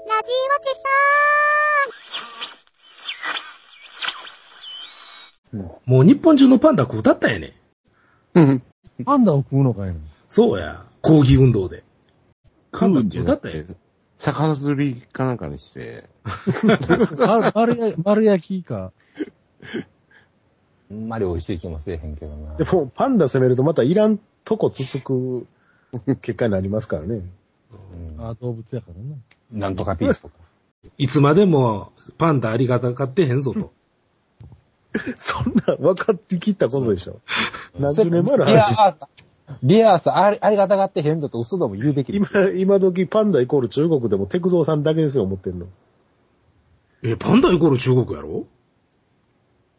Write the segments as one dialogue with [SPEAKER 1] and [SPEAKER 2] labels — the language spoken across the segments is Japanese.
[SPEAKER 1] ちそ
[SPEAKER 2] もう日本中のパンダ食うたったんやねん。
[SPEAKER 3] うん。
[SPEAKER 4] パンダを食うのかいな。
[SPEAKER 2] そうや。抗議運動で。パンダ
[SPEAKER 3] 食う
[SPEAKER 2] 食う
[SPEAKER 3] って
[SPEAKER 2] た
[SPEAKER 3] な
[SPEAKER 2] っ
[SPEAKER 3] った
[SPEAKER 2] んや
[SPEAKER 3] て。、逆ずりかなんかにして、
[SPEAKER 4] 丸丸や丸焼きか。
[SPEAKER 5] あんまり美味しい気もせえへんけどな。
[SPEAKER 6] でも、パンダ攻めるとまたいらんとこつつく結果になりますから ね。
[SPEAKER 5] うん
[SPEAKER 4] あ動物やからな。
[SPEAKER 5] なんとかピースとか。
[SPEAKER 2] いつまでもパンダありがたかってへんぞと。
[SPEAKER 6] そんな分かってきったことでしょ。何十年前の
[SPEAKER 5] リア
[SPEAKER 6] 話です
[SPEAKER 5] ース、リアースありありがたがってへんだと嘘でも言うべきで
[SPEAKER 6] 今
[SPEAKER 5] す。、
[SPEAKER 6] 今時パンダイコール中国でもテクゾーさんだけですよ、思ってんの。
[SPEAKER 2] え、パンダイコール中国やろ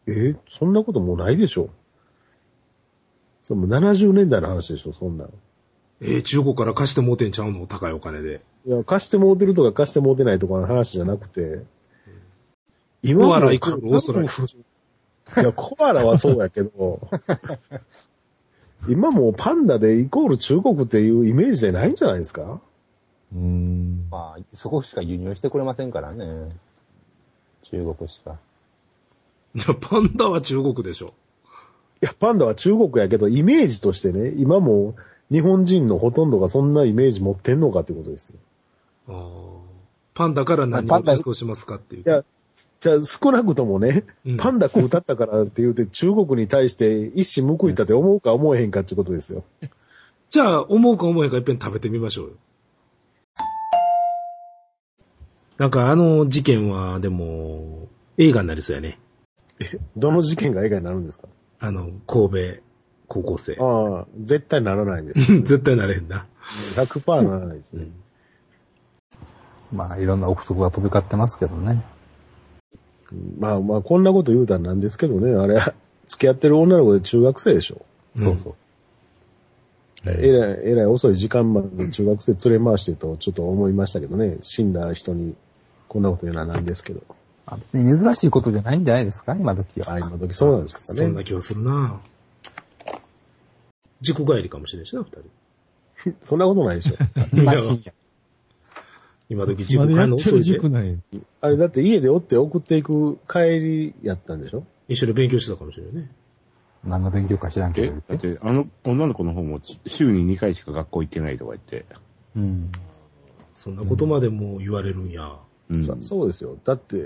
[SPEAKER 6] えーそんなこともうないでしょ。それもう70年代の話でしょ、そんなん。
[SPEAKER 2] えー中国から貸してもうてんちゃうの高いお金で。
[SPEAKER 6] いや、貸してもうてるとか貸してもうてないとかの話じゃなくて、今
[SPEAKER 2] コアライコールオーストラリ
[SPEAKER 6] いや、コアラはそうやけど、 今もうパンダでイコール中国っていうイメージじゃないんじゃないですか
[SPEAKER 4] うーん。
[SPEAKER 5] まあ、そこしか輸入してくれませんからね。中国しか。
[SPEAKER 2] じゃ、パンダは中国でしょ。
[SPEAKER 6] いや、パンダは中国やけど、イメージとしてね、今もう日本人のほとんどがそんなイメージ持ってんのかってことですよ。
[SPEAKER 2] あーパンダから何
[SPEAKER 5] パ
[SPEAKER 2] を
[SPEAKER 5] ンダ
[SPEAKER 2] 予想しますかっていう。
[SPEAKER 6] いやじゃあ少なくともね、
[SPEAKER 2] うん
[SPEAKER 6] パンダ食うたったからって言うて中国に対して一矢報いたって思うか思えへんかってことですよ。
[SPEAKER 2] じゃあ、思うか思えへんか一遍食べてみましょうよ。なんかあの事件は、でも、映画になりそうやね。
[SPEAKER 6] どの事件が映画になるんですか
[SPEAKER 2] あの、神戸高校生。。
[SPEAKER 6] ああ、絶対なら ないんです
[SPEAKER 2] 絶対なれへんな。
[SPEAKER 6] 100%ならないですね。
[SPEAKER 5] まあ、いろんな憶測が飛び交ってますけどね。
[SPEAKER 6] まあまあ、こんなこと言うたらなんですけどね、あれ、付き合ってる女の子で中学生でしょ。
[SPEAKER 5] そうそう。
[SPEAKER 6] えらい、えらい遅い時間まで中学生連れ回してるとちょっと思いましたけどね、死んだ人にこんなこと言うのはなんですけど。
[SPEAKER 5] あ別に珍しいことじゃないんじゃないですか今時は。
[SPEAKER 6] あ、今時そうなんです
[SPEAKER 2] そ
[SPEAKER 6] か
[SPEAKER 2] ん
[SPEAKER 6] ね
[SPEAKER 2] な。気はするな自己帰りかもしれんしな、二人。
[SPEAKER 6] そんなことないでしょ。
[SPEAKER 5] 今深夜。
[SPEAKER 2] 今時自己
[SPEAKER 4] まだ
[SPEAKER 2] 帰
[SPEAKER 4] や
[SPEAKER 2] るの
[SPEAKER 4] って
[SPEAKER 2] 遅い
[SPEAKER 4] る
[SPEAKER 2] で
[SPEAKER 4] 塾。なんや。
[SPEAKER 6] あれだって家でおって送っていく帰りやったんでしょ
[SPEAKER 2] 一緒に勉強してたかもしれんね。
[SPEAKER 5] 何の勉強か知らんけ
[SPEAKER 3] え
[SPEAKER 5] ど。
[SPEAKER 3] だって、あの、女の子の方も週に2回しか学校行ってないとか言って。
[SPEAKER 5] うん。
[SPEAKER 2] そんなことまでもう言われるんや。
[SPEAKER 3] うん。
[SPEAKER 6] そそうですよ。だって、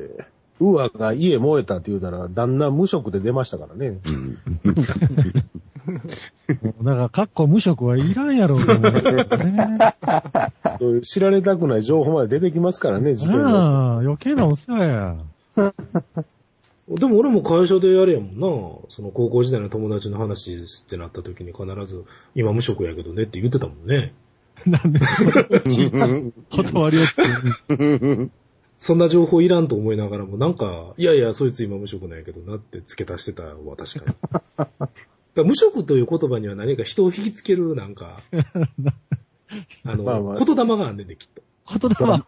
[SPEAKER 6] ウーアが家燃えたって言うたら、旦那無職で出ましたからね。
[SPEAKER 3] うん。
[SPEAKER 4] もうだから、かっこ無職はいらんやろうと思うけどね。
[SPEAKER 6] そういう知られたくない情報まで出てきますからね、事件が。
[SPEAKER 4] なあ、余計なお世話や。
[SPEAKER 2] でも俺も会社でやれやもんな。その高校時代の友達の話ってなった時に必ず、今無職やけどねって言ってたもんね。
[SPEAKER 4] なんで、断りをつける。
[SPEAKER 2] そんな情報いらんと思いながらも、なんか、いやいや、そいつ今無職なんやけどなって付け足してたわ、確かに。だから無職という言葉には何か人を引きつける、なんか、あの、
[SPEAKER 6] まあまあ
[SPEAKER 2] 言霊があんねんで、きっと。
[SPEAKER 4] 言葉は、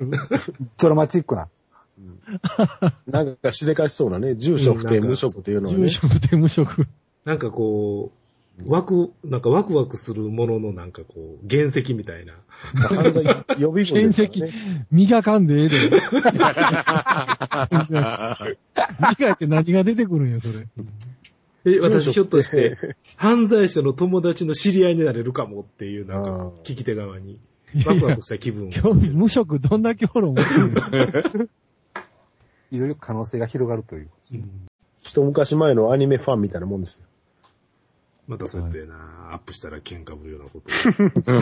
[SPEAKER 5] ドラマチックな。
[SPEAKER 6] なんかしでかしそうなね、住所不定
[SPEAKER 2] うん
[SPEAKER 6] 無職っていうのはね
[SPEAKER 4] 住。所不定無職。
[SPEAKER 2] なんかこう、ワク、なんかワクワクするもののなんかこう、原石みたいな。
[SPEAKER 6] 犯罪予備軍
[SPEAKER 4] 原
[SPEAKER 6] です
[SPEAKER 4] 石
[SPEAKER 6] からね。、
[SPEAKER 4] 磨かんでええで。磨いて何が出てくるんや、それ。
[SPEAKER 2] え、私ひょっとして、犯罪者の友達の知り合いになれるかもっていう、なん
[SPEAKER 6] あ
[SPEAKER 2] か、
[SPEAKER 6] ー
[SPEAKER 2] 聞き手側に、
[SPEAKER 4] いや
[SPEAKER 2] ワ
[SPEAKER 4] い
[SPEAKER 2] クワ
[SPEAKER 4] や
[SPEAKER 2] ク、した気分を
[SPEAKER 4] 興
[SPEAKER 2] させ
[SPEAKER 4] 味
[SPEAKER 2] る。
[SPEAKER 4] 無職どんだけおる思ってんの
[SPEAKER 5] いろいろ可能性が広がるという。
[SPEAKER 2] うん
[SPEAKER 6] 一昔前のアニメファンみたいなもんですよ。
[SPEAKER 2] またそうやってな、アップしたら喧嘩ぶるようなこと。
[SPEAKER 6] い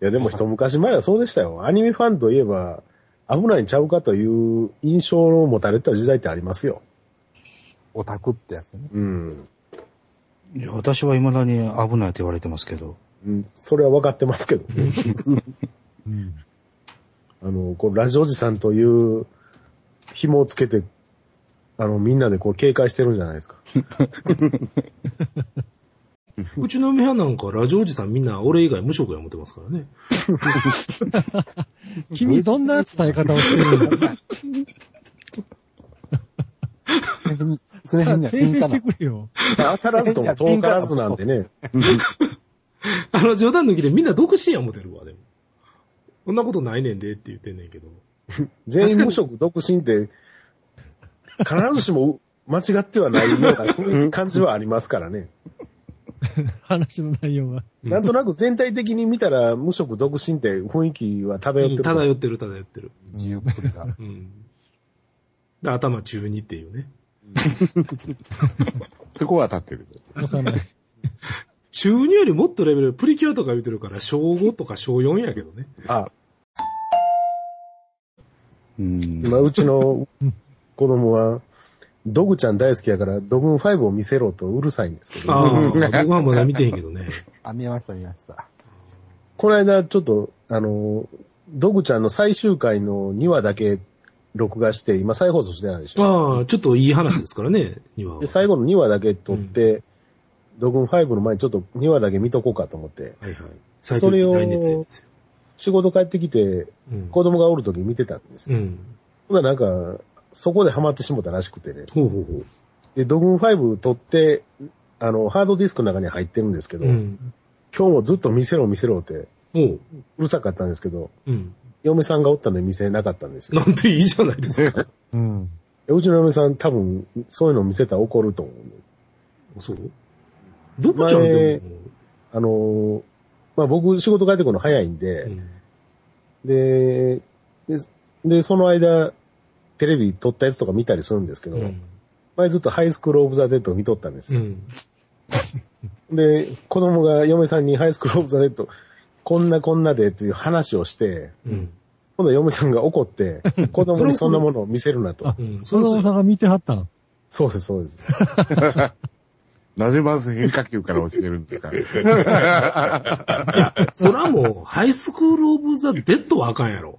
[SPEAKER 6] や、でも一昔前はそうでしたよ。アニメファンといえば、危ないんちゃうかという印象を持たれた時代ってありますよ。
[SPEAKER 5] オタクって やつね。
[SPEAKER 6] うん。
[SPEAKER 7] いや私は未だに危ないと言われてますけど。
[SPEAKER 6] うん、それは分かってますけどね。
[SPEAKER 4] うん
[SPEAKER 6] あの、こう、ラジオおじさんという紐をつけて、あの、みんなでこう警戒してるんじゃないですか。
[SPEAKER 2] うちの部屋なんかラジオおじさんみんな俺以外無職や思ってますからね。
[SPEAKER 4] 君どんな伝え方をしてるの
[SPEAKER 5] それには
[SPEAKER 4] 訂
[SPEAKER 5] 敏
[SPEAKER 4] 正
[SPEAKER 5] 感
[SPEAKER 4] し
[SPEAKER 5] な
[SPEAKER 4] て。くれよ。
[SPEAKER 6] 当たらずとも遠からずなんでね。
[SPEAKER 2] あの冗談抜きでみんな独身や思ってるわ、でも。こんなことないねんでって言ってんねんけど。
[SPEAKER 6] 全員無職、独身って、必ずしも間違ってはないよ うな雰囲気感じはありますからね。
[SPEAKER 4] 話の内容は。
[SPEAKER 2] うん
[SPEAKER 6] なんとなく全体的に見たら無職、独身って雰囲気は漂ってる。
[SPEAKER 2] 漂ってる、漂ってる。
[SPEAKER 5] 自由っぷりが。
[SPEAKER 2] うん。で頭中二っていうね。
[SPEAKER 3] そこは立ってる。
[SPEAKER 4] わかんない。
[SPEAKER 2] 中二よりもっとレベル、プリキュアとか言うてるから、小5とか小4やけどね。
[SPEAKER 6] あ、
[SPEAKER 7] うん。
[SPEAKER 6] 今うちの子供は、ドグちゃん大好きやから、ドグン5を見せろとうるさいんですけど、
[SPEAKER 2] ああ、 僕はまだ見てへんけどね。
[SPEAKER 5] あ、見ました、見ました。
[SPEAKER 6] この間ちょっと、あの、ドグちゃんの最終回の2話だけ録画して、今再放送してないでしょ。
[SPEAKER 2] ああ、ちょっといい話ですからね、今は。
[SPEAKER 6] で、最後の2話だけ撮って、ドグン5の前にちょっと2話だけ見とこうかと思って、
[SPEAKER 2] はいはい。最近大熱演ですよ。
[SPEAKER 6] 仕事帰ってきて、
[SPEAKER 2] うん。
[SPEAKER 6] 子供がおる時見てたんですよ。
[SPEAKER 2] うん。
[SPEAKER 6] ほんならなんか、そこでハマってしもたらしくてね。
[SPEAKER 2] ほうほうほ
[SPEAKER 6] で、ドグン5撮って、あの、ハードディスクの中に入ってるんですけ
[SPEAKER 2] う。
[SPEAKER 6] ど、
[SPEAKER 2] うん。
[SPEAKER 6] 今日もずっと見せろ見せろって、う
[SPEAKER 2] おう。
[SPEAKER 6] るさかったんですけど、
[SPEAKER 2] うん。
[SPEAKER 6] 嫁さんがおったんで見せなかったんです
[SPEAKER 2] な
[SPEAKER 6] よ。
[SPEAKER 2] んていいじゃないですか。
[SPEAKER 4] うん。
[SPEAKER 6] うちの嫁さん多分、そういうの見せたら怒ると思うんで。
[SPEAKER 2] そうどこちゃんでも。
[SPEAKER 6] あのーまあ、僕仕事帰ってくるの早いんで、
[SPEAKER 2] うん
[SPEAKER 6] で、で、でその間、テレビ撮ったやつとか見たりするんですけど、
[SPEAKER 2] うん。
[SPEAKER 6] 前ずっとハイスクールオブザ・デッドを見とったんです
[SPEAKER 2] う
[SPEAKER 6] よ。
[SPEAKER 2] ん。
[SPEAKER 6] で、子供が嫁さんにハイスクールオブザ・デッド、こんなこんなでっていう話をして、
[SPEAKER 2] うん。
[SPEAKER 6] 今度は嫁さんが 怒って、子供にそんなものを見せるなと。
[SPEAKER 2] うん。そ
[SPEAKER 4] そ
[SPEAKER 2] れ
[SPEAKER 4] のおさ
[SPEAKER 2] は
[SPEAKER 4] んが見てはったん。
[SPEAKER 6] そうです、そうです。
[SPEAKER 3] なぜまず変化球から教えるんですか
[SPEAKER 2] そらもう、ハイスクールオブザ・デッドはあかんやろ。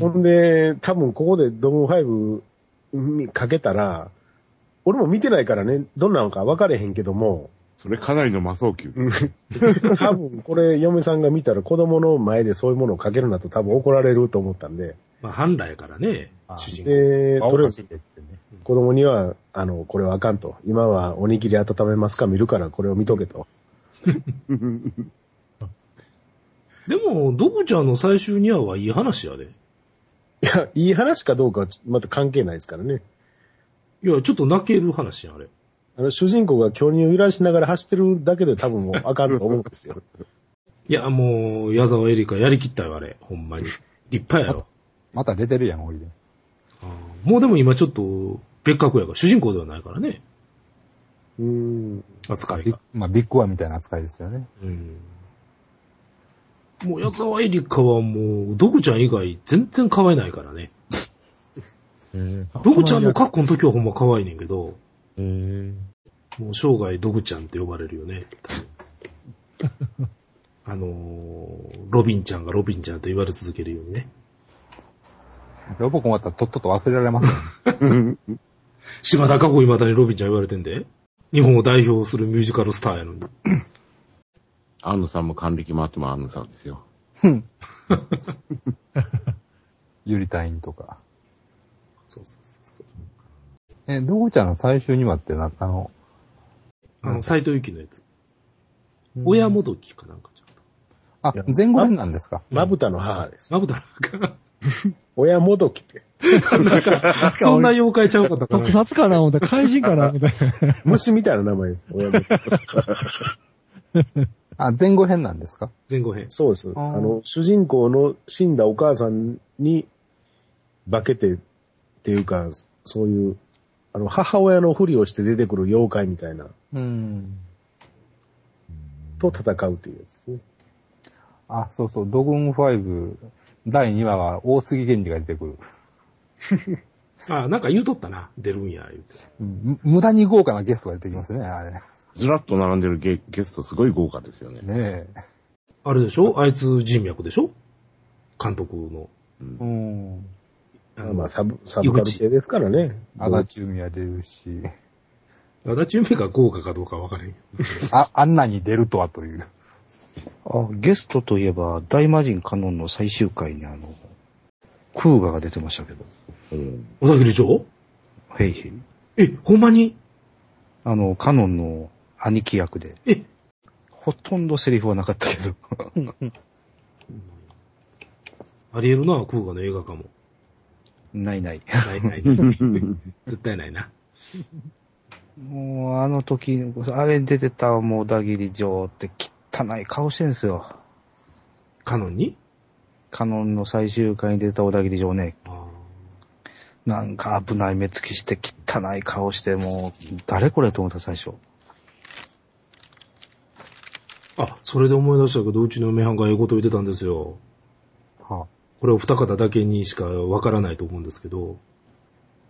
[SPEAKER 6] ほんで、多分ここでドム5にかけたら、俺も見てないからね、どんなのか分かれへんけども、
[SPEAKER 3] それかなりの魔装球。
[SPEAKER 6] 多分これ嫁さんが見たら子供の前でそういうものをかけるなと多分怒られると思ったんで、
[SPEAKER 2] まあ、反来やからね
[SPEAKER 5] あ、あ
[SPEAKER 2] 主人公。
[SPEAKER 6] で、とりあえず
[SPEAKER 5] てってね。
[SPEAKER 6] 子供には、あの、これはあかんと。今はおにぎり温めますか見るからこれを見とけと。
[SPEAKER 2] でも、ドブちゃんの最終2話はいい話やで。
[SPEAKER 6] いや、いい話かどうかはまた関係ないですからね。
[SPEAKER 2] いや、ちょっと泣ける話やん、あれ。
[SPEAKER 6] あの、主人公が巨乳を揺らしながら走ってるだけで多分もうあかんと思うんですよ。
[SPEAKER 2] いや、もう、矢沢エリカやりきったよ、あれ。ほんまに。立派やろ。
[SPEAKER 5] また出てるやん、俺で。
[SPEAKER 2] もうでも今ちょっと、別格やから、主人公ではないからね。
[SPEAKER 6] うーん。
[SPEAKER 2] 扱い
[SPEAKER 5] ビッ
[SPEAKER 2] が。
[SPEAKER 5] まあ、ビッグワンみたいな扱いですよね。
[SPEAKER 2] うん。もう、矢沢エリカはもう、ドクちゃん以外全然可愛ないからね。ドクちゃんの格好の時はほんま可愛いねんけど、もう生涯ドクちゃんって呼ばれるよ ね。あのーロビンちゃんがロビンちゃんと言われ続けるようにね。
[SPEAKER 5] ロボコン終わったらとっとと忘れられますよね。
[SPEAKER 2] 島田加子未だにロビンちゃん言われてんで。日本を代表するミュージカルスターやのに。
[SPEAKER 3] アンヌさんも還暦回ってもアンヌさんですよ。
[SPEAKER 5] ユリ隊員とか。
[SPEAKER 2] そうそうそうそう。
[SPEAKER 5] え、ドグちゃんの最終に話ってな、あの、
[SPEAKER 2] あの、斎藤由貴のやつ。親もどきかなんかちゃんと。
[SPEAKER 5] あ、前後編なんですか。
[SPEAKER 6] まぶたの母です。
[SPEAKER 2] まぶ たなん
[SPEAKER 6] 親もどきって。
[SPEAKER 2] か、そんな妖怪ちゃうかったか
[SPEAKER 4] 特
[SPEAKER 2] な。
[SPEAKER 4] 撮かな思ったら怪人かな思ったら
[SPEAKER 6] 虫みたいな名前です。親もどき
[SPEAKER 5] あ、前後編なんですか。
[SPEAKER 2] 前後編。
[SPEAKER 6] そうです。
[SPEAKER 5] あ
[SPEAKER 6] あ
[SPEAKER 5] ー
[SPEAKER 6] の、主人公の死んだお母さんに化けてっていうか、そういう、あの、母親のふりをして出てくる妖怪みたいな、
[SPEAKER 5] うん。
[SPEAKER 6] と戦うっていうやつですね。
[SPEAKER 5] あ、そうそう、ドグン5、第2話は大杉源氏が出てくる。
[SPEAKER 2] あ、なんか言うとったな。出るんや、言うて。
[SPEAKER 5] うん無無駄に豪華なゲストが出てきますね、あれ。
[SPEAKER 3] ずらっと並んでるゲゲストすごい豪華ですよね。
[SPEAKER 5] ねえ。
[SPEAKER 2] あれでしょあいつ人脈でしょ監督の。
[SPEAKER 5] うん。
[SPEAKER 2] あ
[SPEAKER 6] ま
[SPEAKER 2] の、
[SPEAKER 6] あ、サブ、サブカル系ですからね。
[SPEAKER 5] アダチュミア出るし、
[SPEAKER 2] 足立夢が豪華かどうかわからへんよ。
[SPEAKER 5] あ、あんなに出るとはという。
[SPEAKER 7] あ、ゲストといえば、大魔神カノンの最終回にあの、クーガが出てましたけど。
[SPEAKER 2] 小田切城
[SPEAKER 7] ヘイヘイ。
[SPEAKER 2] え、ほんまに
[SPEAKER 7] あの、カノンの兄貴役で。
[SPEAKER 2] え、
[SPEAKER 7] ほとんどセリフはなかったけど。
[SPEAKER 2] ありえるな、空ガの映画化も。
[SPEAKER 7] ないない。
[SPEAKER 2] ない ない。絶対ないな。
[SPEAKER 7] もう、あの時、あれに出てた、もう、小田切城って汚い顔してるんですよ。
[SPEAKER 2] カノンに
[SPEAKER 7] カノンの最終回に出てた小田切城ね、
[SPEAKER 2] あ
[SPEAKER 7] なんか危ない目つきして汚い顔して、もう、誰これと思った最初。
[SPEAKER 2] ーあ、それで思い出したけど、うちの嫁はんが英語と言ってたんですよ。
[SPEAKER 5] は
[SPEAKER 2] これお二方だけにしかわからないと思うんですけど、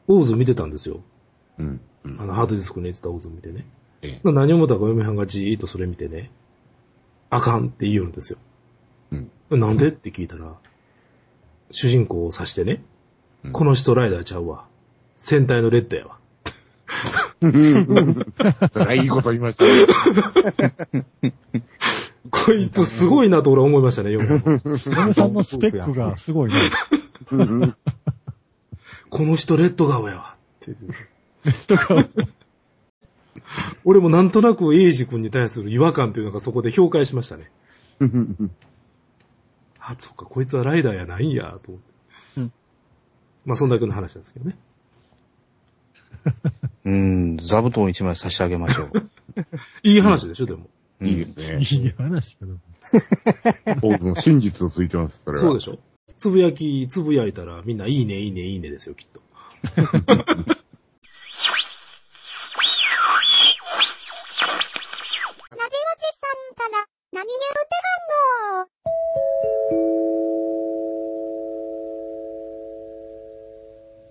[SPEAKER 2] オーズ見てたんですよ。
[SPEAKER 3] うん。うん
[SPEAKER 2] あの、ハードディスクに入ってたオーズ見てね。
[SPEAKER 3] ええ
[SPEAKER 2] 何を思ったか嫁はんがじーっとそれ見てね、あかんって言いよるんですよ。
[SPEAKER 3] うん
[SPEAKER 2] なんでって聞いたら、主人公を指してね、
[SPEAKER 3] うん
[SPEAKER 2] この人ライダーちゃうわ。戦隊のレッドやわ。
[SPEAKER 3] それはいいこと言いましたね。
[SPEAKER 2] こいつすごいなと俺は思いましたね、嫁はんは
[SPEAKER 4] 嫁さんのスペックがすごいね。
[SPEAKER 2] この人レッド顔やわ。ってレッド顔。俺もなんとなくエイジ君に対する違和感というのがそこで評価しましたね。あ、そっか、こいつはライダーやないんや、と思って。
[SPEAKER 4] うん
[SPEAKER 2] まあ、そんだけの話なんですけどね。
[SPEAKER 7] うーん、座布団一枚差し上げましょう。
[SPEAKER 2] いい話でしょ、でも。
[SPEAKER 7] う ん
[SPEAKER 3] いいですね。
[SPEAKER 4] いい話けど。
[SPEAKER 3] ポーズの真実をついてます、それは。
[SPEAKER 2] そうで
[SPEAKER 3] し
[SPEAKER 2] しょ。つぶやき、つぶやいたらみんないいね、いいね、いいねですよ、きっと。